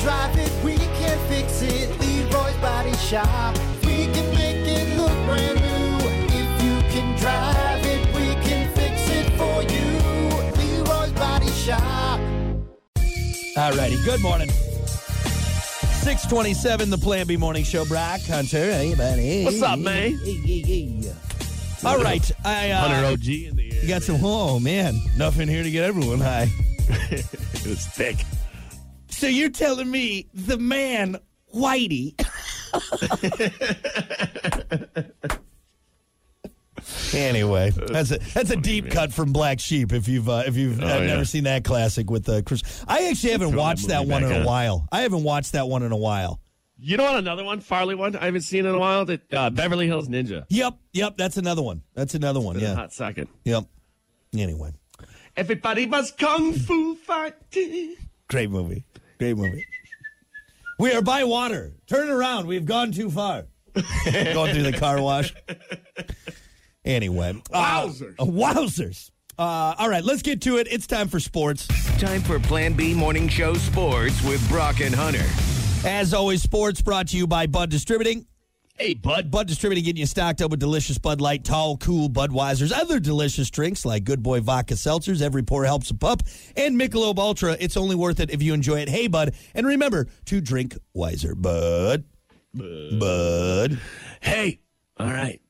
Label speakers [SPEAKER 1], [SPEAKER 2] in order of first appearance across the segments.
[SPEAKER 1] drive it, we can fix it. Leroy's Body Shop. We can make it look brand new. If you can drive it, we can fix it for you. Leroy's Body Shop.
[SPEAKER 2] Alrighty, good morning. 627, the Plan B Morning Show. Brock Hunter, hey, buddy.
[SPEAKER 3] What's up, man?
[SPEAKER 2] Hey, hey, hey. All right, I
[SPEAKER 3] Hunter
[SPEAKER 2] uh,
[SPEAKER 3] OG in the air.
[SPEAKER 2] you got some. Oh man, nothing here to get everyone high.
[SPEAKER 3] It was thick.
[SPEAKER 2] So you're telling me the man Whitey Anyway, that's a that's a deep cut from Black Sheep. If you've uh, if you've uh,
[SPEAKER 3] Oh, yeah.
[SPEAKER 2] never seen that classic with uh, Chris, I actually haven't
[SPEAKER 3] Throw that
[SPEAKER 2] watched that
[SPEAKER 3] movie
[SPEAKER 2] one
[SPEAKER 3] back
[SPEAKER 2] in a
[SPEAKER 3] on.
[SPEAKER 2] while. I haven't watched that one in a while.
[SPEAKER 3] You know what? Another one, Farley one. I haven't seen in a while. That uh, Beverly Hills Ninja.
[SPEAKER 2] Yep, yep, that's another one. That's another one. Yeah,
[SPEAKER 3] Hot second.
[SPEAKER 2] yep. Anyway,
[SPEAKER 3] Everybody was kung fu fighting.
[SPEAKER 2] great movie, great movie. We are by water. Turn around. We've gone too far. Going through the car wash. Anyway, uh,
[SPEAKER 3] Wowzers.
[SPEAKER 2] wowzers. Uh, all right, let's get to it. It's time for sports.
[SPEAKER 4] Time for Plan B Morning Show Sports with Brock and Hunter.
[SPEAKER 2] As always, sports brought to you by Bud Distributing.
[SPEAKER 3] Hey, bud.
[SPEAKER 2] Bud Distributing getting you stocked up with delicious Bud Light, Tall, Cool, Budweiser's, other delicious drinks like Good Boy Vodka Seltzers, Every Pour Helps a Pup, and Michelob Ultra. It's only worth it if you enjoy it. Hey, Bud, and remember to drink wiser, Bud. Bud.
[SPEAKER 3] Hey. All right.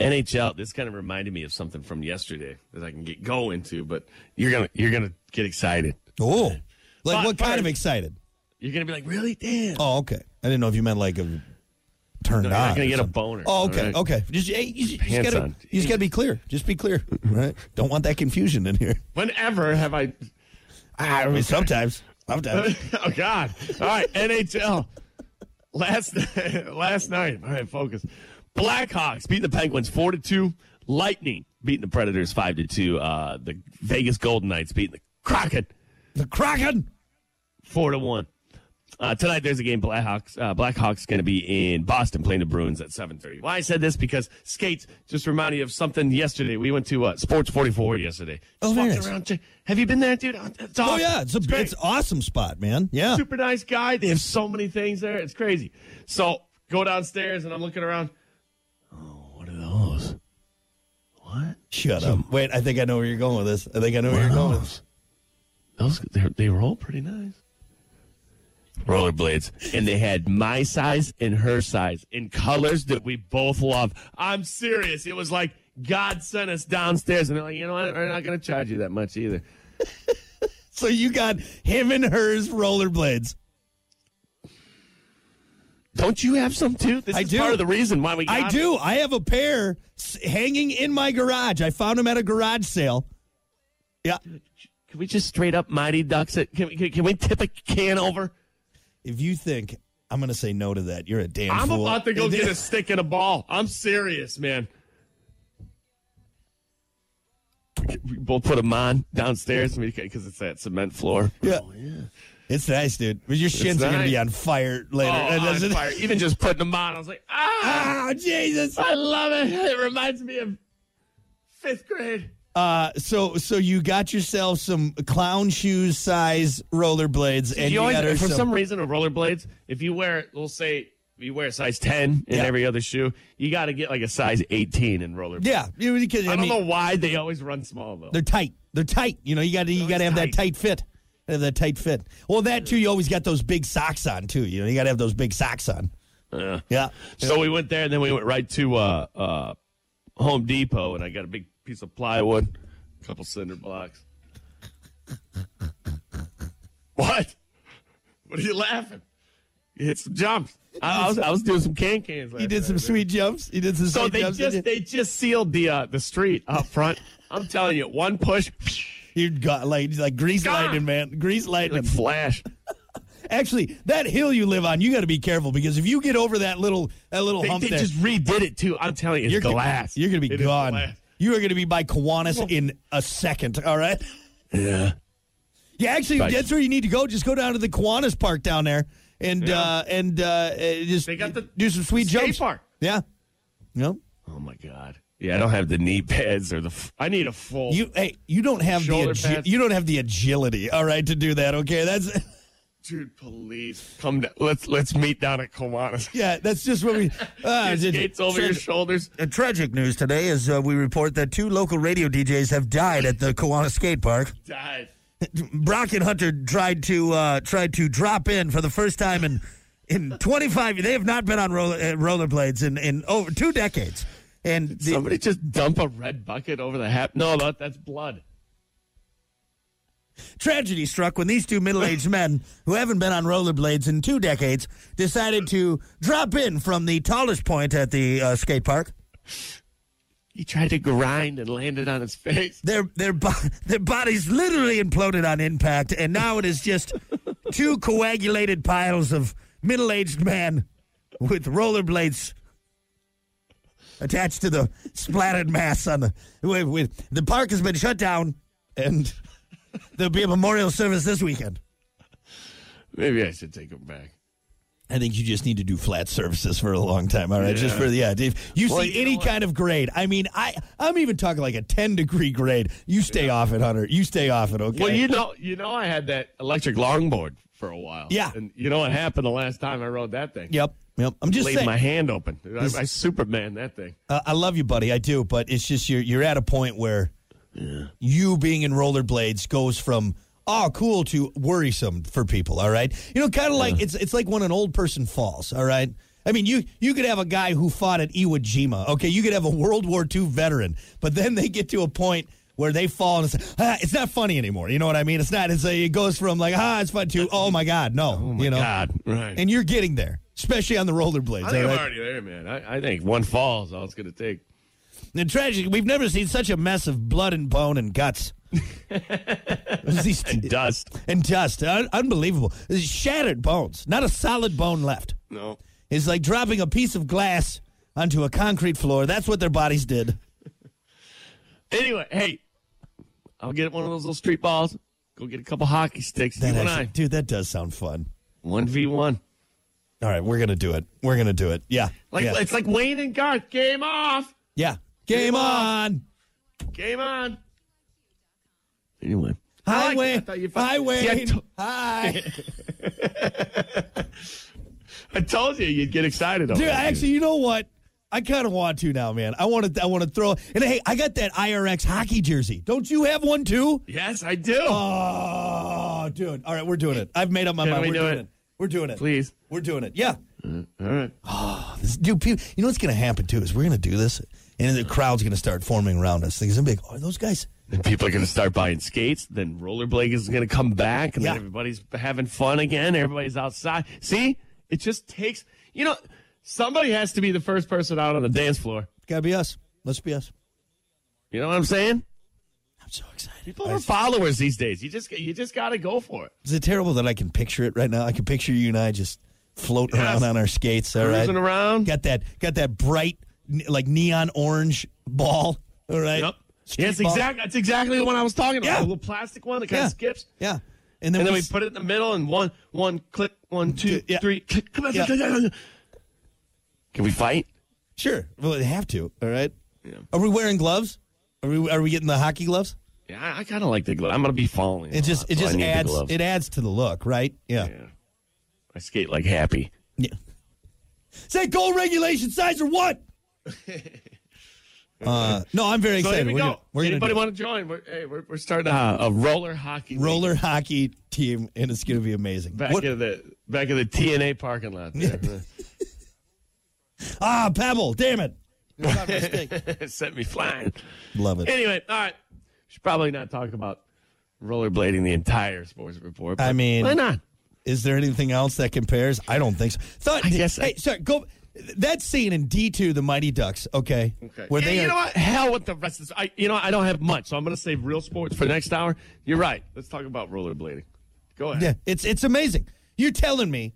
[SPEAKER 3] NHL. This kind of reminded me of something from yesterday that I can get go into, but you're gonna you're gonna get excited.
[SPEAKER 2] Oh, like
[SPEAKER 3] But
[SPEAKER 2] what kind of
[SPEAKER 3] first-
[SPEAKER 2] excited?
[SPEAKER 3] You're gonna be like, really, Dan?
[SPEAKER 2] Oh, okay. I didn't know if you meant like a turned
[SPEAKER 3] No, you're
[SPEAKER 2] on.
[SPEAKER 3] not gonna
[SPEAKER 2] or
[SPEAKER 3] get a
[SPEAKER 2] something.
[SPEAKER 3] boner,
[SPEAKER 2] Oh,
[SPEAKER 3] all
[SPEAKER 2] okay,
[SPEAKER 3] right?
[SPEAKER 2] okay. Just, hey, you, just- you just
[SPEAKER 3] Pants
[SPEAKER 2] gotta,
[SPEAKER 3] on.
[SPEAKER 2] you just gotta be clear. Just be clear, right? Don't want that confusion in here.
[SPEAKER 3] Whenever have I?
[SPEAKER 2] I mean, sometimes, sometimes.
[SPEAKER 3] oh God! All right, NHL. Last last night. All right, focus. Blackhawks beat the Penguins four to two. Lightning beating the Predators five to two. Uh, the Vegas Golden Knights beating the Kraken
[SPEAKER 2] the Kraken.
[SPEAKER 3] four to one. Uh, tonight there's a game. Blackhawks uh, Blackhawks going to be in Boston playing the Bruins at 7:30. Why I said this because skates just reminded me of something yesterday. We went to uh, Sports 44 yesterday.
[SPEAKER 2] Oh,
[SPEAKER 3] Just
[SPEAKER 2] very
[SPEAKER 3] walking
[SPEAKER 2] nice.
[SPEAKER 3] around, check- Have you been there, dude? Uh, It's
[SPEAKER 2] Oh
[SPEAKER 3] awesome.
[SPEAKER 2] yeah, it's a
[SPEAKER 3] great.
[SPEAKER 2] it's awesome spot, man. Yeah.
[SPEAKER 3] super nice guy. They have so many things there. It's crazy. So go downstairs and I'm looking around. Oh, what are those? What?
[SPEAKER 2] Shut up. Wait, I think I know where you're going with this. I think I know where
[SPEAKER 3] What
[SPEAKER 2] you're
[SPEAKER 3] are
[SPEAKER 2] going. with
[SPEAKER 3] those? Those they're- they were all pretty nice. Rollerblades, and they had my size and her size in colors that we both love. I'm serious. It was like God sent us downstairs, and they're like, you know what? We're not going to charge you that much either.
[SPEAKER 2] this. So you got him and hers rollerblades.
[SPEAKER 3] Don't you have some too? This
[SPEAKER 2] I
[SPEAKER 3] is
[SPEAKER 2] do.
[SPEAKER 3] part of the reason why we. Got
[SPEAKER 2] I do. I have a pair s- hanging in my garage. I found them at a garage sale. Yeah.
[SPEAKER 3] Can we just straight up mighty ducks it? Can we, can, can we tip a can over?
[SPEAKER 2] If you think I'm going to say no to that, you're a damn
[SPEAKER 3] I'm
[SPEAKER 2] fool.
[SPEAKER 3] about to go get a stick and a ball. I'm serious, man. We both put them on downstairs because it's that cement floor.
[SPEAKER 2] Yeah. It's nice, dude. But your shins are going to be
[SPEAKER 3] Oh,
[SPEAKER 2] on
[SPEAKER 3] nice.
[SPEAKER 2] fire later.
[SPEAKER 3] Oh,
[SPEAKER 2] That
[SPEAKER 3] on
[SPEAKER 2] doesn't-
[SPEAKER 3] fire. Even just putting them on, I was like, ah,
[SPEAKER 2] Ah, Jesus.
[SPEAKER 3] I love it. It reminds me of fifth grade.
[SPEAKER 2] Uh, so so you got yourself some clown shoes size rollerblades, and you,
[SPEAKER 3] you always,
[SPEAKER 2] got her
[SPEAKER 3] for
[SPEAKER 2] some-
[SPEAKER 3] some reason, with rollerblades, if you wear, we'll say, you wear a size 10 in
[SPEAKER 2] Yeah.
[SPEAKER 3] every other shoe, you got to get like a size 18 in rollerblades.
[SPEAKER 2] yeah. you- Because, I,
[SPEAKER 3] I don't
[SPEAKER 2] mean,
[SPEAKER 3] know why they always run small though.
[SPEAKER 2] they're tight. They're tight. You know, you got to you got to have that tight fit. Have that tight fit. Well, that too. You always got those big socks on too. You know, you got to have those big socks on. yeah.
[SPEAKER 3] So we went there, and then we went right to uh, uh, Home Depot, and I got a big piece of plywood, a couple cinder blocks. what? What are you laughing? You hit some jumps. I, I was I was doing some can cans.
[SPEAKER 2] He did some sweet jumps. He did some.
[SPEAKER 3] So
[SPEAKER 2] sweet
[SPEAKER 3] they
[SPEAKER 2] jumps.
[SPEAKER 3] just they just sealed the uh, the street up front. I'm telling you, one push,
[SPEAKER 2] you got like like grease
[SPEAKER 3] Gah!
[SPEAKER 2] lightning, man. Grease lightning.
[SPEAKER 3] like flash.
[SPEAKER 2] Actually, that hill you live on, you got to be careful because if you get over that little that little
[SPEAKER 3] They,
[SPEAKER 2] hump
[SPEAKER 3] they
[SPEAKER 2] there,
[SPEAKER 3] just redid it too. I'm telling you, it's
[SPEAKER 2] you're gonna-
[SPEAKER 3] glass.
[SPEAKER 2] you're gonna be
[SPEAKER 3] It is
[SPEAKER 2] gone.
[SPEAKER 3] glass.
[SPEAKER 2] You are gonna be by Kiwanis in a second. All right.
[SPEAKER 3] Yeah.
[SPEAKER 2] Yeah, actually,
[SPEAKER 3] Right.
[SPEAKER 2] that's where you need to go. Just go down to the Kiwanis Park down there, and
[SPEAKER 3] Yeah.
[SPEAKER 2] uh, and uh, uh, just
[SPEAKER 3] They got the
[SPEAKER 2] do some sweet
[SPEAKER 3] skate
[SPEAKER 2] jumps.
[SPEAKER 3] park.
[SPEAKER 2] Yeah. No.
[SPEAKER 3] Oh my god. Yeah, I don't have the knee pads or the. F- I need a full.
[SPEAKER 2] You hey, you don't have the
[SPEAKER 3] Shoulder
[SPEAKER 2] agi-
[SPEAKER 3] pads.
[SPEAKER 2] you don't have the agility. All right, to do that. Okay, that's
[SPEAKER 3] Dude, please come down. Let's let's meet down at Kiwanis.
[SPEAKER 2] Yeah, that's just what we. Uh, did-
[SPEAKER 3] Skates over your
[SPEAKER 2] Trent-
[SPEAKER 3] shoulders.
[SPEAKER 5] Uh, tragic news today is uh, we report that two local radio DJs have died at the Kiwanis Skate Park.
[SPEAKER 3] Dive.
[SPEAKER 5] Brock and Hunter tried to uh, tried to drop in for the first time in in 25. They have not been on roller, uh, rollerblades in in over two decades. And the,
[SPEAKER 3] Somebody just dump a red bucket over the hat. No, that, that's blood.
[SPEAKER 5] tragedy struck when these two middle-aged men who haven't been on rollerblades in two decades decided to drop in from the tallest point at the uh, skate park.
[SPEAKER 3] He tried to grind and landed on his face.
[SPEAKER 5] Their their bo- their bodies literally imploded on impact, and now it is just two coagulated piles of middle-aged men with rollerblades attached to the splattered mass on the. Wait, wait. The park has been shut down, and there'll be a memorial service this weekend.
[SPEAKER 3] Maybe I should take him back.
[SPEAKER 2] I think you just need to do flat surfaces for a long time. All right, just for the yeah, Dave. You
[SPEAKER 3] Well,
[SPEAKER 2] see
[SPEAKER 3] you know
[SPEAKER 2] any
[SPEAKER 3] what?
[SPEAKER 2] kind of grade? I mean, I I'm even talking like a ten degree grade. You stay off it, Hunter. You stay off it. Okay.
[SPEAKER 3] Well, you know, you know, I had that electric longboard for a while.
[SPEAKER 2] Yeah.
[SPEAKER 3] and you know what happened the last time I rode that thing?
[SPEAKER 2] Yep. Yep. I'm just
[SPEAKER 3] laid
[SPEAKER 2] saying.
[SPEAKER 3] my hand open. Dude, I, I Superman that thing.
[SPEAKER 2] Uh, I love you, buddy. I do, but it's just you're you're at a point where you being in rollerblades goes from oh cool to worrisome for people. All right, you know, kind of like it's it's like when an old person falls. All right. I mean, you you could have a guy who fought at Iwo Jima. Okay, you could have a World War II veteran, but then they get to a point where they fall and it's, ah, it's not funny anymore. You know what I mean? It's not. It's a, it goes from like ah, it's fun to oh my god, no. you know,
[SPEAKER 3] God, right?
[SPEAKER 2] and you're getting there, especially on the rollerblades.
[SPEAKER 3] I think
[SPEAKER 2] all
[SPEAKER 3] I'm
[SPEAKER 2] right?
[SPEAKER 3] already there, man. I, I think one fall is all it's going to take.
[SPEAKER 2] The tragedy, we've never seen such a mess of blood and bone and guts. It was these-
[SPEAKER 3] And dust.
[SPEAKER 2] and dust. Un- unbelievable. It was Shattered bones. Not a solid bone left.
[SPEAKER 3] No.
[SPEAKER 2] It's like dropping a piece of glass onto a concrete floor. That's what their bodies did.
[SPEAKER 3] Anyway, hey, I'll get one of those little street balls. Go get a couple hockey sticks.
[SPEAKER 2] That
[SPEAKER 3] you and
[SPEAKER 2] actually-
[SPEAKER 3] I.
[SPEAKER 2] dude, that does sound fun.
[SPEAKER 3] One v one.
[SPEAKER 2] All right, we're going to do it. We're going to do it. Yeah.
[SPEAKER 3] Like
[SPEAKER 2] yeah.
[SPEAKER 3] it's like Wayne and Garth. Game off.
[SPEAKER 2] yeah. Game
[SPEAKER 3] Game on.
[SPEAKER 2] on.
[SPEAKER 3] Game on. Anyway. I
[SPEAKER 2] Hi,
[SPEAKER 3] like that. I
[SPEAKER 2] Wayne.
[SPEAKER 3] thought you fucking-
[SPEAKER 2] Hi,
[SPEAKER 3] See, I
[SPEAKER 2] Wayne.
[SPEAKER 3] to-
[SPEAKER 2] Hi.
[SPEAKER 3] I told you you'd get excited over
[SPEAKER 2] Dude,
[SPEAKER 3] that,
[SPEAKER 2] I actually, you know what? I kind of want to now, man. I want to. I want to throw. And hey, I got that IRX hockey jersey. Don't you have one too?
[SPEAKER 3] Yes, I do.
[SPEAKER 2] Oh, dude. All right, we're doing it. I've made up my
[SPEAKER 3] Can
[SPEAKER 2] mind.
[SPEAKER 3] we
[SPEAKER 2] are
[SPEAKER 3] do
[SPEAKER 2] doing
[SPEAKER 3] it?
[SPEAKER 2] We're doing it.
[SPEAKER 3] Please. Mm,
[SPEAKER 2] We're doing it. Yeah. Oh,
[SPEAKER 3] All right.
[SPEAKER 2] This- dude, people, you know what's going to happen too is we're going to do this, and the crowd's going to start forming around us. Things gonna be like, oh, those guys.
[SPEAKER 3] Then people are going to start buying skates. Then rollerblades is going to come back, and
[SPEAKER 2] Yeah.
[SPEAKER 3] then everybody's having fun again. Everybody's outside. See, it just takes. You know, somebody has to be the first person out on the dance floor.
[SPEAKER 2] Got to be us. Let's be us.
[SPEAKER 3] You know what I'm saying?
[SPEAKER 2] I'm so excited.
[SPEAKER 3] People are followers these days. You just you just got to go for it.
[SPEAKER 2] Is it terrible that I can picture it right now? I can picture you and I just floating
[SPEAKER 3] Yes.
[SPEAKER 2] around on our skates. All right.
[SPEAKER 3] Cruising around.
[SPEAKER 2] Got that? Got that bright, ne- like neon orange ball? All right.
[SPEAKER 3] Yep.
[SPEAKER 2] Street
[SPEAKER 3] Yes,
[SPEAKER 2] ball.
[SPEAKER 3] exactly. That's exactly the one I was talking about.
[SPEAKER 2] Yeah.
[SPEAKER 3] The little plastic one that kind
[SPEAKER 2] Yeah.
[SPEAKER 3] of skips.
[SPEAKER 2] Yeah. And then,
[SPEAKER 3] And then
[SPEAKER 2] we,
[SPEAKER 3] we put it in the middle, and one, one click, one, two,
[SPEAKER 2] Yeah.
[SPEAKER 3] three, click. Come on,
[SPEAKER 2] Yeah.
[SPEAKER 3] come on, come on. Can we fight?
[SPEAKER 2] sure. Well, they have to. All right. Are we wearing gloves? Are we? Are we getting the hockey gloves?
[SPEAKER 3] Yeah, I, I kind of like the glove. I'm gonna be falling.
[SPEAKER 2] It just. It just adds. It adds to the look, right? Yeah.
[SPEAKER 3] yeah. I skate like happy.
[SPEAKER 2] yeah. Is that goal regulation size or what? uh, no, I'm very
[SPEAKER 3] So
[SPEAKER 2] excited.
[SPEAKER 3] here we
[SPEAKER 2] we're
[SPEAKER 3] go.
[SPEAKER 2] Gonna, we're gonna
[SPEAKER 3] Anybody
[SPEAKER 2] do it.
[SPEAKER 3] want to join? We're, hey, we're, we're starting a, a roller hockey league
[SPEAKER 2] roller hockey team, and it's going to be amazing.
[SPEAKER 3] back
[SPEAKER 2] What-
[SPEAKER 3] of the back of the TNA parking lot. There.
[SPEAKER 2] ah, Pebble, damn it!
[SPEAKER 3] it sent me flying.
[SPEAKER 2] Love it.
[SPEAKER 3] Anyway, all right. Should probably not talk about rollerblading the entire sports report.
[SPEAKER 2] I
[SPEAKER 3] but
[SPEAKER 2] mean-
[SPEAKER 3] why not?
[SPEAKER 2] Is there anything else that compares? I don't think so. Thought,
[SPEAKER 3] I guess I-
[SPEAKER 2] hey, sorry, go. That scene in D two, the Mighty Ducks. Okay,
[SPEAKER 3] Okay.
[SPEAKER 2] where
[SPEAKER 3] Yeah,
[SPEAKER 2] they
[SPEAKER 3] you
[SPEAKER 2] are,
[SPEAKER 3] know what? Hell with the rest of this. I, you know, I don't have much, so I'm going to save real sports for next hour. You're right. Let's talk about rollerblading. Go ahead.
[SPEAKER 2] yeah, it's it's amazing. You're telling me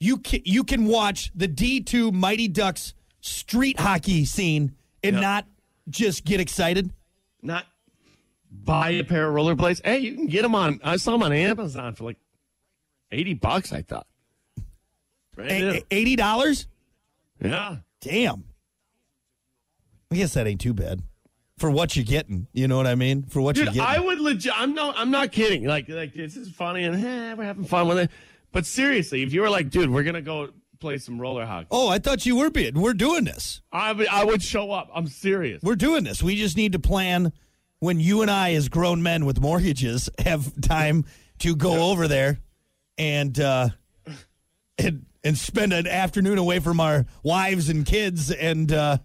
[SPEAKER 2] you can you can watch the D two Mighty Ducks street hockey scene and
[SPEAKER 3] Yep.
[SPEAKER 2] not just get excited?
[SPEAKER 3] Not buy a pair of rollerblades. Hey, you can get them on. I saw them on Amazon for like 80 bucks, I thought. Brand new.
[SPEAKER 2] A- Eighty dollars?
[SPEAKER 3] yeah.
[SPEAKER 2] Damn. I guess that ain't too bad for what you're getting. You know what I mean? For what
[SPEAKER 3] Dude,
[SPEAKER 2] you're getting.
[SPEAKER 3] I would legit. I'm no. I'm not kidding. Like, like this is funny, and eh, we're having fun with it. But seriously, if you were like, dude, we're gonna go play some roller hockey,
[SPEAKER 2] Oh, I thought you were being. We're doing this.
[SPEAKER 3] I would- I would show up. I'm serious.
[SPEAKER 2] We're doing this. We just need to plan when you and I, as grown men with mortgages, have time to go over there and uh, and and spend an afternoon away from our wives and kids and uh,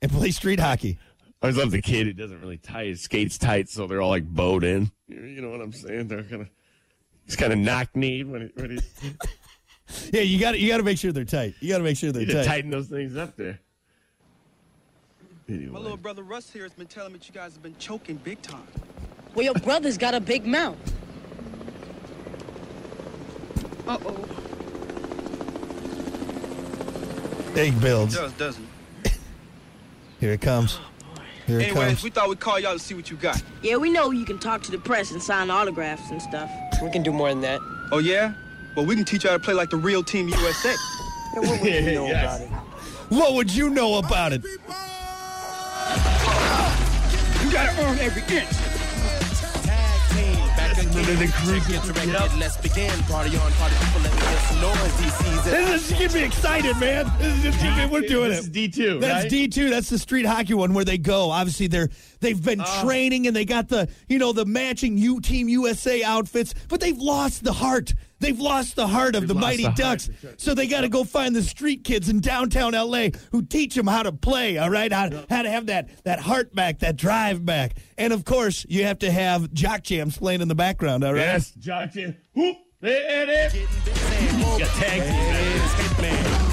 [SPEAKER 2] and play street hockey.
[SPEAKER 3] I always love the kid who doesn't really tie his skates tight, so they're all like bowed in. You you know what I'm saying? They're kind of he's kind of knock kneed when, he, when he's
[SPEAKER 2] Yeah, you got you got to make sure they're tight. You got to make sure they're
[SPEAKER 3] you need to
[SPEAKER 2] tight.
[SPEAKER 3] tighten those things up there. Anyway.
[SPEAKER 6] My little brother Russ here has been telling me that you guys have been choking big time.
[SPEAKER 7] Well, your brother's got a big mouth.
[SPEAKER 6] Uh-oh.
[SPEAKER 2] Egg builds.
[SPEAKER 6] Does, doesn't it?
[SPEAKER 2] Here it comes. Here it
[SPEAKER 6] Anyways,
[SPEAKER 2] comes.
[SPEAKER 6] we thought we'd call y'all to see what you got.
[SPEAKER 7] Yeah, we know you can talk to the press and sign autographs and stuff.
[SPEAKER 8] We can do more than that.
[SPEAKER 6] Oh, yeah? Well, we can teach y'all to play like the real Team USA.
[SPEAKER 8] And what would you know about it?
[SPEAKER 2] What would you know about it?
[SPEAKER 6] You gotta earn every inch.
[SPEAKER 9] Tag team, back again. The crew gets directed. Let's begin. Party on, party people. Let me get some noise. DC's at
[SPEAKER 2] This is getting me excited, man. This is just getting me- we're doing
[SPEAKER 3] This
[SPEAKER 2] it.
[SPEAKER 3] is D two.
[SPEAKER 2] That's
[SPEAKER 3] right?
[SPEAKER 2] D two. That's the street hockey one where they go. Obviously, they're they've been
[SPEAKER 3] Oh.
[SPEAKER 2] training and they got the you know the matching U Team USA outfits, but they've lost the heart. They've lost the heart of the
[SPEAKER 3] lost
[SPEAKER 2] Mighty
[SPEAKER 3] the heart.
[SPEAKER 2] Ducks. So they got to go find the street kids in downtown LA who teach them how to play. All right, how, how to have that that heart back, that drive back, and of course you have to have jock jams playing in the background. All right.
[SPEAKER 3] Yes, Johnson. Whoop. There it is.
[SPEAKER 9] getting busy. Move
[SPEAKER 3] Got tag team.
[SPEAKER 9] is Hitman.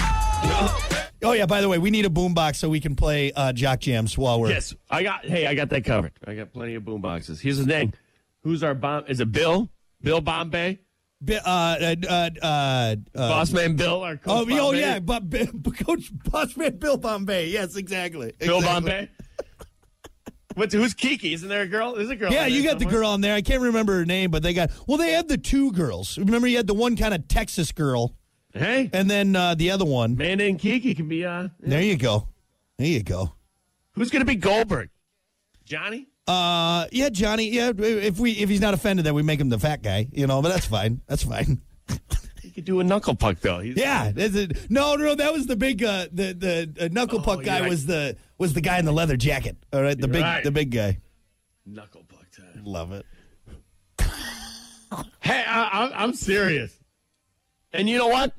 [SPEAKER 2] Oh yeah. By the way, we need a boombox so we can play uh, jock jams while we're
[SPEAKER 3] Yes, I got. Hey, I got that covered. I got plenty of boom boxes. Here's the thing. Who's our bomb? Is it Bill? Bill Bombay?
[SPEAKER 2] Bi- uh, uh, uh, uh, uh,
[SPEAKER 3] Boss man Bill, our
[SPEAKER 2] Oh,
[SPEAKER 3] coach.
[SPEAKER 2] yeah, oh
[SPEAKER 3] Bombay?
[SPEAKER 2] yeah, but, but Coach Bossman Bill Bombay. Yes, exactly.
[SPEAKER 3] Bill
[SPEAKER 2] Exactly.
[SPEAKER 3] Bombay. What's who's Kiki? Isn't there a girl? There's a girl.
[SPEAKER 2] Yeah,
[SPEAKER 3] in
[SPEAKER 2] you
[SPEAKER 3] there
[SPEAKER 2] got the
[SPEAKER 3] somewhere.
[SPEAKER 2] girl on there. I can't remember her name, but they got well. They had the two girls. Remember, you had the one kind of Texas girl,
[SPEAKER 3] Hey,
[SPEAKER 2] and then uh, the other one.
[SPEAKER 3] Amanda and Kiki can be on.
[SPEAKER 2] There you go. There you go.
[SPEAKER 3] Who's gonna be Goldberg? Johnny.
[SPEAKER 2] Uh, yeah, Johnny. Yeah, if we if he's not offended that we make him the fat guy, you know, but that's fine. That's fine.
[SPEAKER 3] He could do a knuckle puck though. He's,
[SPEAKER 2] Yeah, that's it. no, no, that was the big uh, the the uh, knuckle puck
[SPEAKER 3] Oh, you're
[SPEAKER 2] guy
[SPEAKER 3] right.
[SPEAKER 2] was the was the guy in the leather jacket. All right, the
[SPEAKER 3] You're
[SPEAKER 2] big
[SPEAKER 3] right.
[SPEAKER 2] the big guy.
[SPEAKER 3] Knuckle puck time.
[SPEAKER 2] Love it.
[SPEAKER 3] Hey, I, I, I'm serious. And you know what?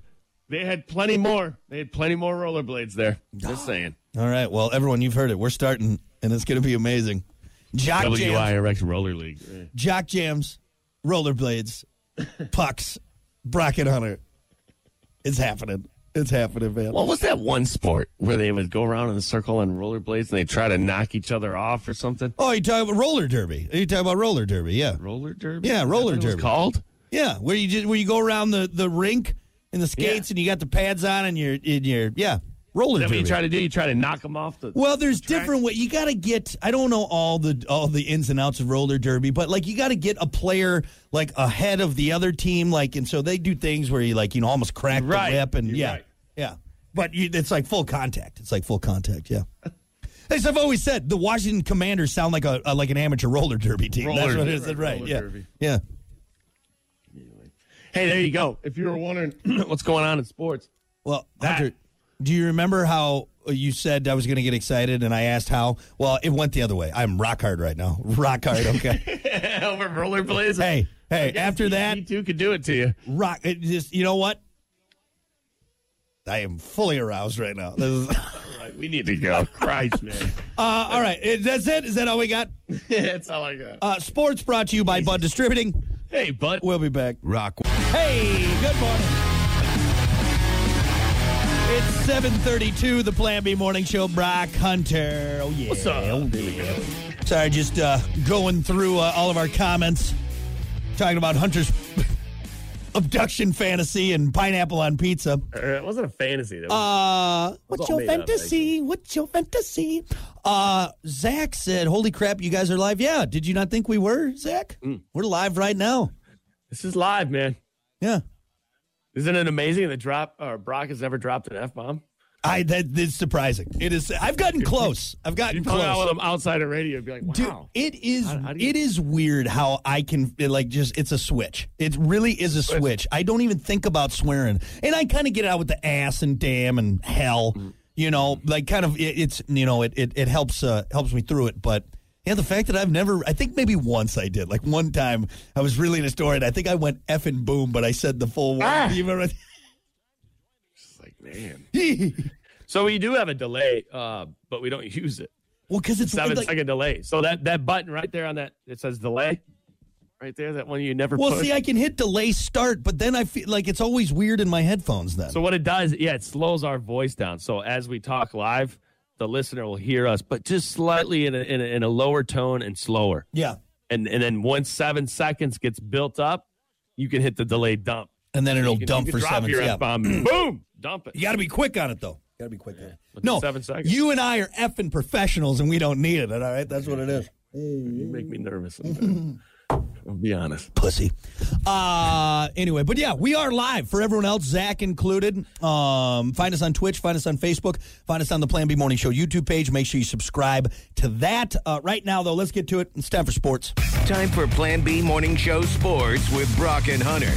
[SPEAKER 3] They had plenty more. They had plenty more rollerblades there.
[SPEAKER 2] Ah,
[SPEAKER 3] Just saying.
[SPEAKER 2] All right. Well, everyone, you've heard it. We're starting, and it's going to be amazing. Jock jams,
[SPEAKER 3] WIRX Roller League.
[SPEAKER 2] jock jams, rollerblades, pucks, Brock and Hunter. It's happening. It's happening, man.
[SPEAKER 3] What was that one sport where they would go around in a circle on rollerblades and they try to knock each other off or something?
[SPEAKER 2] Oh, you talking about roller derby? You talking about roller derby? Yeah,
[SPEAKER 3] Roller derby?
[SPEAKER 2] Yeah,
[SPEAKER 3] Is that
[SPEAKER 2] roller
[SPEAKER 3] what it was
[SPEAKER 2] derby.
[SPEAKER 3] called?
[SPEAKER 2] yeah. Where you just where you go around the the rink and the skates,
[SPEAKER 3] Yeah.
[SPEAKER 2] and you got the pads on, and you're in your yeah roller
[SPEAKER 3] Is that what
[SPEAKER 2] derby.
[SPEAKER 3] you try to do? You try to knock them off the.
[SPEAKER 2] Well, there's different ways. You got to get. I don't know all the all the ins and outs of roller derby, but like you got to get a player like ahead of the other team, like, and so they do things where you like you know almost crack
[SPEAKER 3] Right.
[SPEAKER 2] the whip and
[SPEAKER 3] You're
[SPEAKER 2] yeah,
[SPEAKER 3] right.
[SPEAKER 2] yeah. But you, it's like full contact. It's like full contact. Yeah. As I've always said, the Washington Commanders sound like a, a like an amateur roller derby team.
[SPEAKER 3] Roller
[SPEAKER 2] That's what it
[SPEAKER 3] derby.
[SPEAKER 2] is, right?
[SPEAKER 3] Roller
[SPEAKER 2] yeah,
[SPEAKER 3] derby.
[SPEAKER 2] yeah.
[SPEAKER 3] Hey, there you go. If you were wondering what's going on in sports,
[SPEAKER 2] Well,
[SPEAKER 3] That-
[SPEAKER 2] Hunter, do you remember how you said I was going to get excited and I asked how? Well, it went the other way. I'm rock hard right now. Rock hard. Okay.
[SPEAKER 3] over rollerblades.
[SPEAKER 2] Hey, hey, after that,
[SPEAKER 3] he too could do it to you.
[SPEAKER 2] rock. It just, you know what? I am fully aroused right now. This is- uh,
[SPEAKER 3] All right, we need to go. Christ, man.
[SPEAKER 2] all right, eh, that's it. Is that all we got?
[SPEAKER 3] That's all I got.
[SPEAKER 2] Uh, sports brought to you by Bud Distributing.
[SPEAKER 3] hey, bud.
[SPEAKER 2] We'll be back.
[SPEAKER 4] Rock
[SPEAKER 2] Hey, good morning. It's 7:32. The Plan B Morning Show. Brock Hunter. Oh yeah. What's
[SPEAKER 3] up?
[SPEAKER 2] Oh, yeah. Sorry, just uh, going through uh, all of our comments, talking about Hunter's abduction fantasy and pineapple on pizza.
[SPEAKER 3] Uh, it wasn't a fantasy. That was
[SPEAKER 2] Uh, what's
[SPEAKER 3] all
[SPEAKER 2] your
[SPEAKER 3] made up,
[SPEAKER 2] fantasy? What's your fantasy? Uh, Zach said, "Holy crap, you guys are live!" Yeah, did you not think we were, Zach? We're live right now.
[SPEAKER 3] This is live, man.
[SPEAKER 2] Yeah,
[SPEAKER 3] uh, Isn't it amazing that drop or Brock has never dropped an F bomb?
[SPEAKER 2] I that is surprising. It is. I've gotten close. I've gotten
[SPEAKER 3] You hung out
[SPEAKER 2] close.
[SPEAKER 3] Oh, with him outside of radio, would be like, wow.
[SPEAKER 2] Dude, it is
[SPEAKER 3] how do you-
[SPEAKER 2] it is weird how I can it, like just it's a switch. It really is a switch. I don't even think about swearing, and I kind of get out with the ass and damn and hell.
[SPEAKER 3] Mm.
[SPEAKER 2] You know, like kind of it, it's you know it it, it helps uh, helps me through it. But yeah, the fact that I've never I think maybe once I did like one time I was really in a store and I think I went f and boom, but I said the full word.
[SPEAKER 3] Ah.
[SPEAKER 2] Do you remember?
[SPEAKER 3] It's like, man.
[SPEAKER 2] well,
[SPEAKER 3] So we do have a delay, uh, but we don't use it.
[SPEAKER 2] because it's
[SPEAKER 3] Seven second
[SPEAKER 2] like,
[SPEAKER 3] delay. So that, that button right there on that, it says delay. Right there, that one you never
[SPEAKER 2] well,
[SPEAKER 3] push.
[SPEAKER 2] see, I can hit delay start, but then I feel like it's always weird in my headphones. Then
[SPEAKER 3] So what it does, yeah, it slows our voice down. So as we talk live, the listener will hear us, but just slightly in a, in a, in a lower tone and slower.
[SPEAKER 2] yeah.
[SPEAKER 3] And and then once seven seconds gets built up, you can hit the delay dump.
[SPEAKER 2] and then it'll
[SPEAKER 3] You
[SPEAKER 2] dump
[SPEAKER 3] can
[SPEAKER 2] for
[SPEAKER 3] drop
[SPEAKER 2] seven.
[SPEAKER 3] your
[SPEAKER 2] Yeah.
[SPEAKER 3] F-bomb, boom, dump it.
[SPEAKER 2] You got to be quick on it though. Got to be quick on it.
[SPEAKER 3] Within
[SPEAKER 2] No,
[SPEAKER 3] seven seconds.
[SPEAKER 2] you and I are effing professionals, and we don't need it. All right, that's what it is.
[SPEAKER 3] You make me nervous. sometimes. I'll be honest.
[SPEAKER 2] Pussy. Uh, anyway, but yeah, we are live for everyone else, Zach included. Um, find us on Twitch, find us on Facebook, find us on the Plan B Morning Show YouTube page. Make sure you subscribe to that. Uh, right now, though, let's get to it. It's time for sports.
[SPEAKER 4] Time for Plan B Morning Show Sports with Brock and Hunter.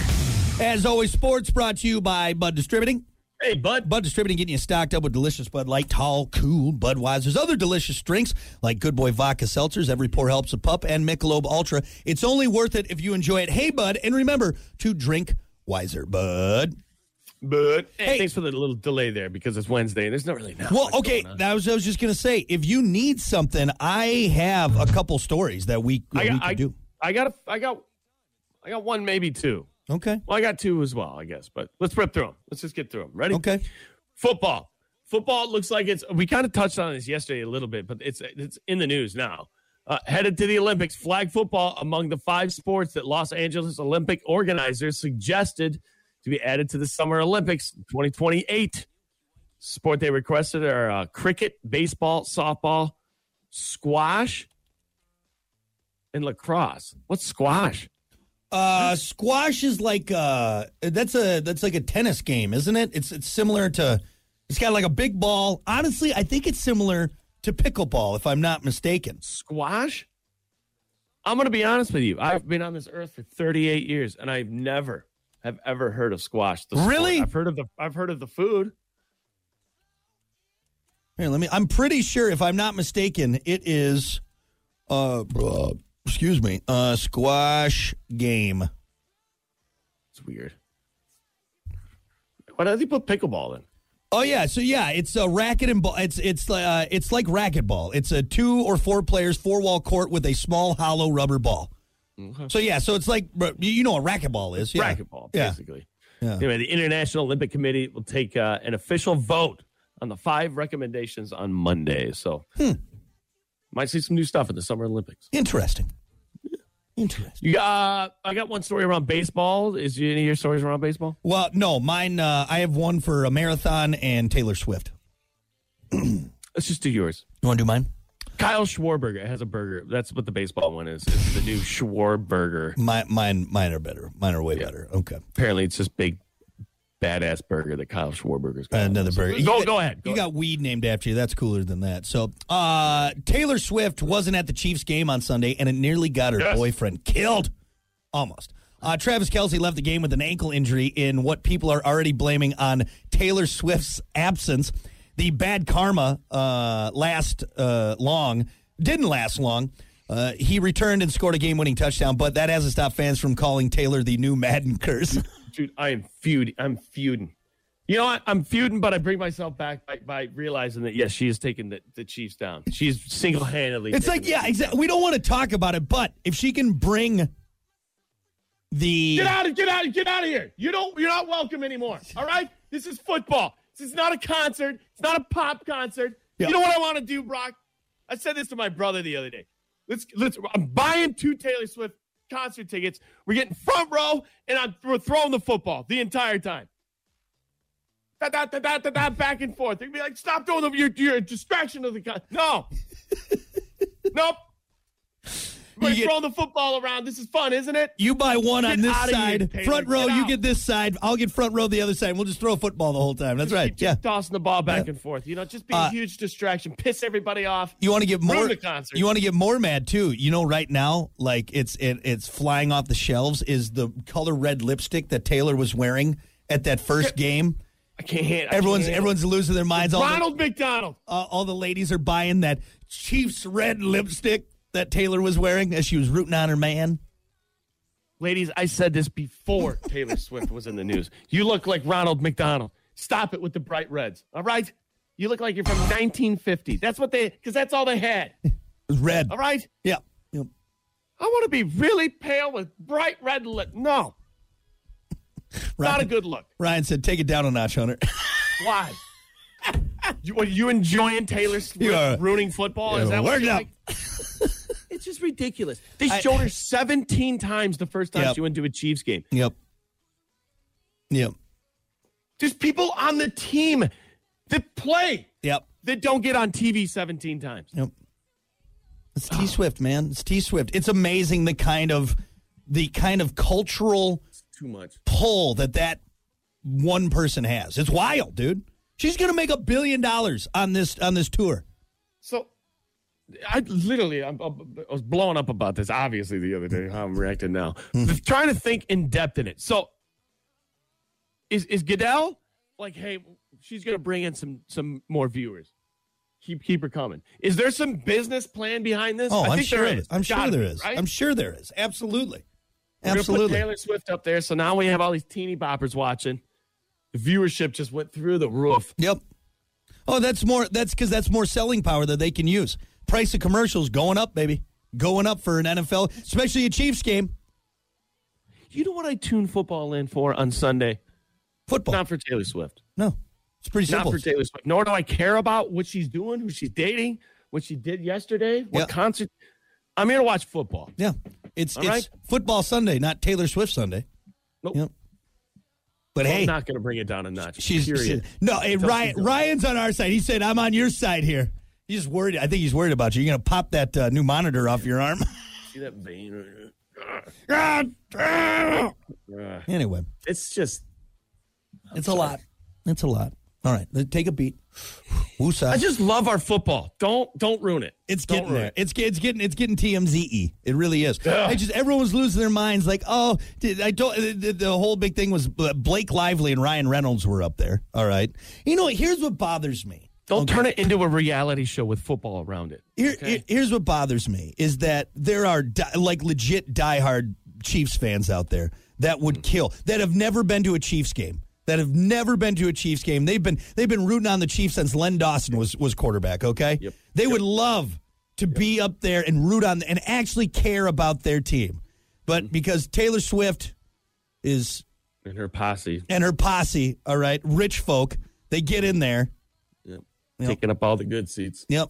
[SPEAKER 2] As always, sports brought to you by Bud Distributing.
[SPEAKER 3] Hey, bud.
[SPEAKER 2] Bud Distributing getting you stocked up with delicious Bud Light, tall, cool Budweiser's, other delicious drinks like Good Boy Vodka Seltzers, Every Pour Helps a Pup, and Michelob Ultra. It's only worth it if you enjoy it. Hey, Bud, and remember to drink wiser, Bud.
[SPEAKER 3] Bud. Hey,
[SPEAKER 2] Hey.
[SPEAKER 3] thanks for the little delay there because it's Wednesday and there's not really not
[SPEAKER 2] Well,
[SPEAKER 3] much
[SPEAKER 2] okay,
[SPEAKER 3] going on.
[SPEAKER 2] that was I was just gonna say. If you need something, I have a couple stories that we,
[SPEAKER 3] I
[SPEAKER 2] we
[SPEAKER 3] got
[SPEAKER 2] could
[SPEAKER 3] I,
[SPEAKER 2] do.
[SPEAKER 3] I got a, I got I got one maybe two.
[SPEAKER 2] Okay,
[SPEAKER 3] Well, I got two as well, I guess. But let's rip through them. Let's just get through them. Ready?
[SPEAKER 2] okay.
[SPEAKER 3] Football. Football looks like it's. We kind of touched on this yesterday a little bit, but it's it's in the news now. Uh, headed to the Olympics, flag football among the five sports that Los Angeles Olympic organizers suggested to be added to the Summer Olympics in 2028. Sport they requested are uh, cricket, baseball, softball, squash, and lacrosse. What's squash?
[SPEAKER 2] Uh, squash is like uh, that's a that's like a tennis game, isn't it? It's it's similar to it's got like a big ball. Honestly, I think it's similar to pickleball, if I'm not mistaken.
[SPEAKER 3] squash. I'm going to be honest with you. I've been on this earth for 38 years, and I've never have ever heard of squash. the sport.
[SPEAKER 2] Really?
[SPEAKER 3] I've heard of the I've heard of the food.
[SPEAKER 2] Here, let me. I'm pretty sure, if I'm not mistaken, it is. Uh, uh, excuse me. Uh, squash game.
[SPEAKER 3] It's weird. Why don't they put pickleball in?
[SPEAKER 2] Oh yeah, so yeah, it's a racket and ball. It's it's uh, it's like racquetball. It's a two or four players four wall court with a small hollow rubber ball. So yeah, so it's like bro, you- you know what racquetball is. Yeah.
[SPEAKER 3] Racquetball,
[SPEAKER 2] Yeah.
[SPEAKER 3] basically.
[SPEAKER 2] Yeah.
[SPEAKER 3] Anyway, the International Olympic Committee will take uh, an official vote on the five recommendations on Monday. So,
[SPEAKER 2] Hmm.
[SPEAKER 3] might see some new stuff in the Summer Olympics.
[SPEAKER 2] Interesting. Interesting.
[SPEAKER 3] You got, I got one story around baseball. Is there any of your stories around baseball?
[SPEAKER 2] Well, no, mine. Uh, I have one for a marathon and Taylor Swift.
[SPEAKER 3] Let's just do yours.
[SPEAKER 2] You want to do mine?
[SPEAKER 3] Kyle Schwarberger has a burger. That's what the baseball one is. It's the new Schwarberger.
[SPEAKER 2] My, mine, mine are better. Mine are way better. Okay,
[SPEAKER 3] Apparently, it's this big badass burger that Kyle Schwarberger's got.
[SPEAKER 2] another burger. You
[SPEAKER 3] Go-
[SPEAKER 2] got-
[SPEAKER 3] go ahead. Go
[SPEAKER 2] you got weed named after you. That's cooler than that. So, uh, Taylor Swift wasn't at the Chiefs game on Sunday, and it nearly got her
[SPEAKER 3] Yes.
[SPEAKER 2] boyfriend killed. Almost. Uh, Travis Kelsey left the game with an ankle injury in what people are already blaming on Taylor Swift's absence. The bad karma uh, last uh, long didn't last long. Uh, he returned and scored a game-winning touchdown, but that hasn't stopped fans from calling Taylor the new Madden curse.
[SPEAKER 3] Dude, I am feuding. I'm feuding. You know what? I'm feuding, but I bring myself back by, by realizing that, yes, she is taking the, the Chiefs down. She's single handedly.
[SPEAKER 2] It's like, yeah, exactly. We don't want to talk about it, but if she can bring the
[SPEAKER 3] Get out of get out of get out of here. You don't you're not welcome anymore. All right? This is football. This is not a concert. It's not a pop concert.
[SPEAKER 2] Yeah.
[SPEAKER 3] You know what I want to do, Brock? I said this to my brother the other day. Let's let's I'm buying two Taylor Swift concert tickets. We're getting front row and I'm we're throwing the football the entire time. Da, da, da, da, da, da, back and forth. They'd be like, stop doing the, you're, you're a distraction of the con. No. nope. We're
[SPEAKER 2] get-
[SPEAKER 3] throwing the football around. This is fun, isn't it?
[SPEAKER 2] You buy one on
[SPEAKER 3] Get
[SPEAKER 2] this
[SPEAKER 3] outta here,
[SPEAKER 2] side,
[SPEAKER 3] Taylor.
[SPEAKER 2] front row.
[SPEAKER 3] Get
[SPEAKER 2] you
[SPEAKER 3] out.
[SPEAKER 2] get this side. I'll get front row the other side. And we'll just throw a football the whole time. That's right.
[SPEAKER 3] Keep
[SPEAKER 2] Yeah.
[SPEAKER 3] just tossing the ball back and forth. You know, just be
[SPEAKER 2] Uh,
[SPEAKER 3] a huge distraction. Piss everybody off.
[SPEAKER 2] You want to get more.
[SPEAKER 3] the concert.
[SPEAKER 2] You want to get more mad too. You know, right now, like it's it, it's flying off the shelves. Is the color red lipstick that Taylor was wearing at that first game?
[SPEAKER 3] I can't. I
[SPEAKER 2] Everyone's
[SPEAKER 3] can't.
[SPEAKER 2] everyone's losing their minds. All the,
[SPEAKER 3] Ronald McDonald.
[SPEAKER 2] uh, all the ladies are buying that Chiefs red lipstick that Taylor was wearing as she was rooting on her man.
[SPEAKER 3] Ladies, I said this before Taylor Swift was in the news. You look like Ronald McDonald. Stop it with the bright reds. All right? You look like you're from 1950. That's what they, because that's all they had.
[SPEAKER 2] It was red.
[SPEAKER 3] All right?
[SPEAKER 2] Yeah. Yep.
[SPEAKER 3] I want to be really pale with bright red lip. No,
[SPEAKER 2] Ryan,
[SPEAKER 3] not a good look.
[SPEAKER 2] Ryan said, "Take it down a notch, Hunter."
[SPEAKER 3] Why? you, are you enjoying Taylor Swift
[SPEAKER 2] You are-
[SPEAKER 3] ruining football? Oh, Is that what
[SPEAKER 2] Word
[SPEAKER 3] you
[SPEAKER 2] up.
[SPEAKER 3] like? It's just ridiculous. They showed her 17 times the first time
[SPEAKER 2] Yep.
[SPEAKER 3] she went to a Chiefs game.
[SPEAKER 2] Yep. Yep.
[SPEAKER 3] There's people on the team that play
[SPEAKER 2] Yep.
[SPEAKER 3] that don't get on TV 17 times.
[SPEAKER 2] Yep. It's
[SPEAKER 3] Ah.
[SPEAKER 2] T Swift, man. It's T Swift. It's amazing the kind of the kind of cultural
[SPEAKER 3] Too much.
[SPEAKER 2] pull that that one person has. It's wild, dude. She's gonna make a billion dollars on this on this tour.
[SPEAKER 3] So I literally, I'm, I'm- I was blowing up about this, obviously, the other day, how I'm reacting now. Just trying to think in depth in it. So is, is Goodell like, hey, she's going to bring in some some more viewers. Keep, keep her coming. Is there some business plan behind this?
[SPEAKER 2] Oh,
[SPEAKER 3] I
[SPEAKER 2] I'm
[SPEAKER 3] think
[SPEAKER 2] sure.
[SPEAKER 3] there is.
[SPEAKER 2] I'm sure
[SPEAKER 3] Gotta
[SPEAKER 2] there
[SPEAKER 3] be,
[SPEAKER 2] is.
[SPEAKER 3] right?
[SPEAKER 2] I'm sure there is. Absolutely.
[SPEAKER 3] We're gonna Put
[SPEAKER 2] Absolutely.
[SPEAKER 3] Taylor Swift up there, so now we have all these teeny boppers watching. The viewership just went through the roof.
[SPEAKER 2] Yep. Oh, that's more. That's because that's more selling power that they can use. Price of commercials going up, baby, going up for an NFL, especially a Chiefs game.
[SPEAKER 3] You know what I tune football in for on Sunday?
[SPEAKER 2] Football.
[SPEAKER 3] Not for Taylor Swift.
[SPEAKER 2] no, it's pretty simple.
[SPEAKER 3] Not for Taylor Swift. Nor do I care about what she's doing, who she's dating, what she did yesterday, what
[SPEAKER 2] Yeah.
[SPEAKER 3] concert. I'm here to watch football.
[SPEAKER 2] Yeah, it's
[SPEAKER 3] All
[SPEAKER 2] it's
[SPEAKER 3] right.
[SPEAKER 2] football Sunday, not Taylor Swift Sunday.
[SPEAKER 3] Nope.
[SPEAKER 2] Yep. But hey,
[SPEAKER 3] I'm not going to bring it down a notch.
[SPEAKER 2] she's,
[SPEAKER 3] period.
[SPEAKER 2] she- no. Hey,
[SPEAKER 3] Until she's
[SPEAKER 2] Ryan,
[SPEAKER 3] done.
[SPEAKER 2] Ryan's on our side. He said, "I'm on your side here." He's worried. I think he's worried about you. You're gonna pop that uh, new monitor off your arm.
[SPEAKER 3] See that vein? right
[SPEAKER 2] anyway,
[SPEAKER 3] there? It's just.
[SPEAKER 2] it's a lot. It's a lot. All right, let- take a beat. Woosah.
[SPEAKER 3] I just love our football. Don't don't ruin it.
[SPEAKER 2] It's
[SPEAKER 3] Don't
[SPEAKER 2] getting
[SPEAKER 3] ruin
[SPEAKER 2] there.
[SPEAKER 3] it.
[SPEAKER 2] It's it's getting it's getting TMZE. E. It really is. I just everyone was losing their minds. Like, oh, did, I told the, the whole big thing was uh, Blake Lively and Ryan Reynolds were up there. All right, you know what? Here's what bothers me.
[SPEAKER 3] Don't turn it into a reality show with football around it.
[SPEAKER 2] Here, here- here's what bothers me is that there are di- like legit diehard Chiefs fans out there that would
[SPEAKER 3] Mm-hmm.
[SPEAKER 2] kill that have never been to a Chiefs game. That have never been to a Chiefs game. They've been they've been rooting on the Chiefs since Len Dawson was was quarterback. Okay,
[SPEAKER 3] Yep.
[SPEAKER 2] they would love to be up there and root on and actually care about their team, but
[SPEAKER 3] Mm-hmm.
[SPEAKER 2] because Taylor Swift is
[SPEAKER 3] And her posse
[SPEAKER 2] and her posse, all right, rich folk, they get in there. Yep.
[SPEAKER 3] taking up all the good seats.
[SPEAKER 2] Yep,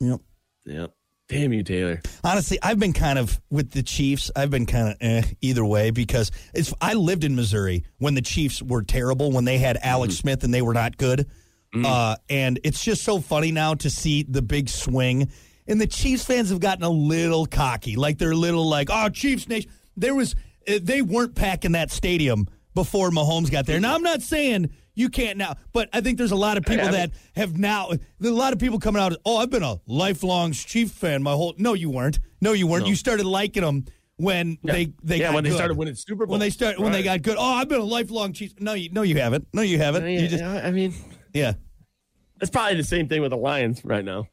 [SPEAKER 2] yep.
[SPEAKER 3] Yeah. Damn you, Taylor.
[SPEAKER 2] Honestly, I've been kind of with the Chiefs. I've been kind of eh, either way because it's. I lived in Missouri when the Chiefs were terrible when they had Alex Smith and they were not good. Uh, and it's just so funny now to see the big swing. And the Chiefs fans have gotten a little cocky, like they're a little like, "Oh, Chiefs Nation." There was eh, they weren't packing that stadium before Mahomes got there. Now I'm not saying you can't now, but I think therere's a lot of people that have now. There's a lot of people coming out. Oh, I've been a lifelong Chiefs fan my whole. No, you weren't. No, you weren't. You started liking them when they they
[SPEAKER 3] Yeah,
[SPEAKER 2] got
[SPEAKER 3] when they
[SPEAKER 2] good.
[SPEAKER 3] started winning Super Bowl.
[SPEAKER 2] when they start when they
[SPEAKER 3] Right.
[SPEAKER 2] got good. Oh, I've been a lifelong Chiefs. No, you no you haven't. No, you haven't. You just-
[SPEAKER 3] I mean,
[SPEAKER 2] yeah.
[SPEAKER 3] it's probably the same thing with the Lions right now.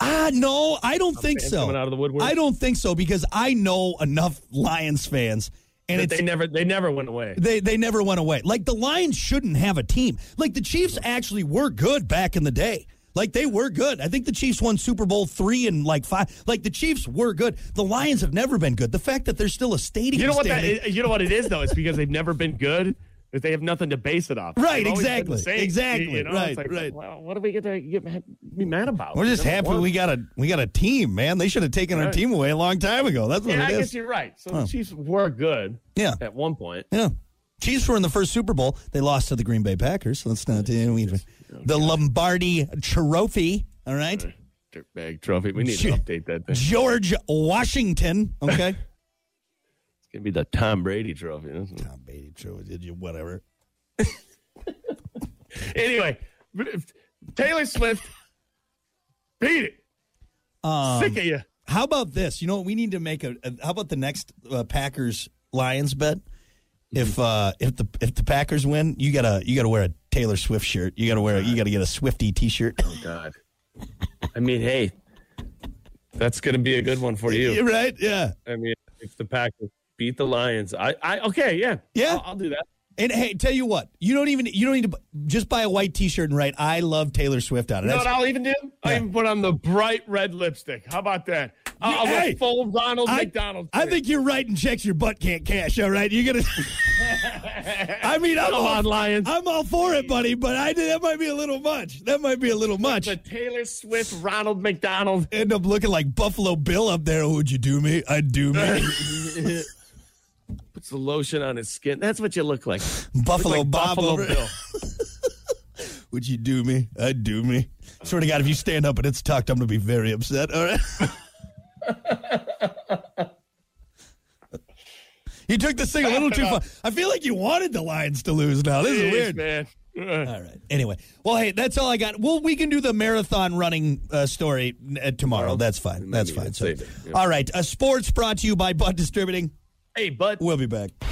[SPEAKER 2] Ah, no, I don't think
[SPEAKER 3] fans
[SPEAKER 2] so.
[SPEAKER 3] coming out of the woodwork?
[SPEAKER 2] I don't think so because I know enough Lions fans, and
[SPEAKER 3] That
[SPEAKER 2] it's
[SPEAKER 3] they never they never went away.
[SPEAKER 2] they they never went away. Like the Lions shouldn't have a team. Like the Chiefs actually were good back in the day. Like they were good. I think the Chiefs won Super Bowl three and like five. Like the Chiefs were good. The Lions have never been good. The fact that there's still a stadium.
[SPEAKER 3] You know what that
[SPEAKER 2] standing-
[SPEAKER 3] is, you know what it is though. It's because they've never been good. That they have nothing to base it off.
[SPEAKER 2] Right,
[SPEAKER 3] They've always been the
[SPEAKER 2] exactly,
[SPEAKER 3] same,
[SPEAKER 2] exactly,
[SPEAKER 3] you know?
[SPEAKER 2] right,
[SPEAKER 3] It's like,
[SPEAKER 2] right.
[SPEAKER 3] Well, what do we get to get ma- be mad about?
[SPEAKER 2] We're just
[SPEAKER 3] Number
[SPEAKER 2] happy
[SPEAKER 3] one.
[SPEAKER 2] we got a we got a team, man. They should have taken our
[SPEAKER 3] Right.
[SPEAKER 2] team away a long time ago. That's what
[SPEAKER 3] Yeah, I
[SPEAKER 2] it
[SPEAKER 3] guess
[SPEAKER 2] is.
[SPEAKER 3] you're right. So the Chiefs were good
[SPEAKER 2] Yeah,
[SPEAKER 3] at one point.
[SPEAKER 2] yeah. Chiefs were in the first Super Bowl. They lost to the Green Bay Packers. So that's not the Lombardi Trophy. All right.
[SPEAKER 3] Dirtbag trophy. We need to update that thing. It's
[SPEAKER 2] George Washington. Okay.
[SPEAKER 3] gonna be the Tom Brady trophy. That's what-
[SPEAKER 2] Tom Brady, true. Did you whatever?
[SPEAKER 3] Anyway, but if- Taylor Swift, beat it.
[SPEAKER 2] Um,
[SPEAKER 3] Sick of you.
[SPEAKER 2] How about this? You know what? We need to make a. a- how about the next uh, Packers Lions bet? If uh, if the if the Packers win, you gotta you gotta wear a Taylor Swift shirt. You gotta wear a, you gotta get a Swifty T shirt.
[SPEAKER 3] God. I mean, hey, that's gonna be a good one for you.
[SPEAKER 2] right? Yeah.
[SPEAKER 3] I mean, if the Packers beat the Lions, I, I okay, yeah,
[SPEAKER 2] Yeah.
[SPEAKER 3] I'll, I'll do that.
[SPEAKER 2] And hey, tell you what, you don't even you don't need to bu- just buy a white T shirt and write "I love Taylor Swift" on it.
[SPEAKER 3] You know
[SPEAKER 2] That's-
[SPEAKER 3] what I'll even do? I even put on the bright red lipstick. How about that? I'll,
[SPEAKER 2] Yeah,
[SPEAKER 3] I'll
[SPEAKER 2] hey,
[SPEAKER 3] look full Ronald
[SPEAKER 2] I-
[SPEAKER 3] McDonald.
[SPEAKER 2] I think you're writing checks your butt can't cash. All right, you're gonna. I mean, I'm
[SPEAKER 3] Come
[SPEAKER 2] all,
[SPEAKER 3] on, Lions.
[SPEAKER 2] I'm all for it, buddy, but I did, that might be a little much. That might be a little much.
[SPEAKER 3] the Taylor Swift, Ronald McDonald.
[SPEAKER 2] End up looking like Buffalo Bill up there. Would you do me? I'd do me.
[SPEAKER 3] Puts the lotion on his skin. That's what you look like.
[SPEAKER 2] Buffalo
[SPEAKER 3] Like
[SPEAKER 2] Bob
[SPEAKER 3] Buffalo
[SPEAKER 2] over-
[SPEAKER 3] Bill.
[SPEAKER 2] Would you do me? I'd do me. Sort of God, if you stand up and it's tucked, I'm gonna be very upset. All right. you took this thing a little too far. I feel like you wanted the Lions to lose. Now this is
[SPEAKER 3] Jeez,
[SPEAKER 2] weird.
[SPEAKER 3] man.
[SPEAKER 2] All right. Anyway, well, hey, that's all I got. Well, we can do the marathon running uh, story uh, tomorrow. That's fine. That's
[SPEAKER 3] maybe
[SPEAKER 2] fine.
[SPEAKER 3] it's
[SPEAKER 2] So,
[SPEAKER 3] saving, yeah.
[SPEAKER 2] all right. Uh, sports brought to you by Bud Distributing.
[SPEAKER 3] Hey, bud.
[SPEAKER 2] We'll be back.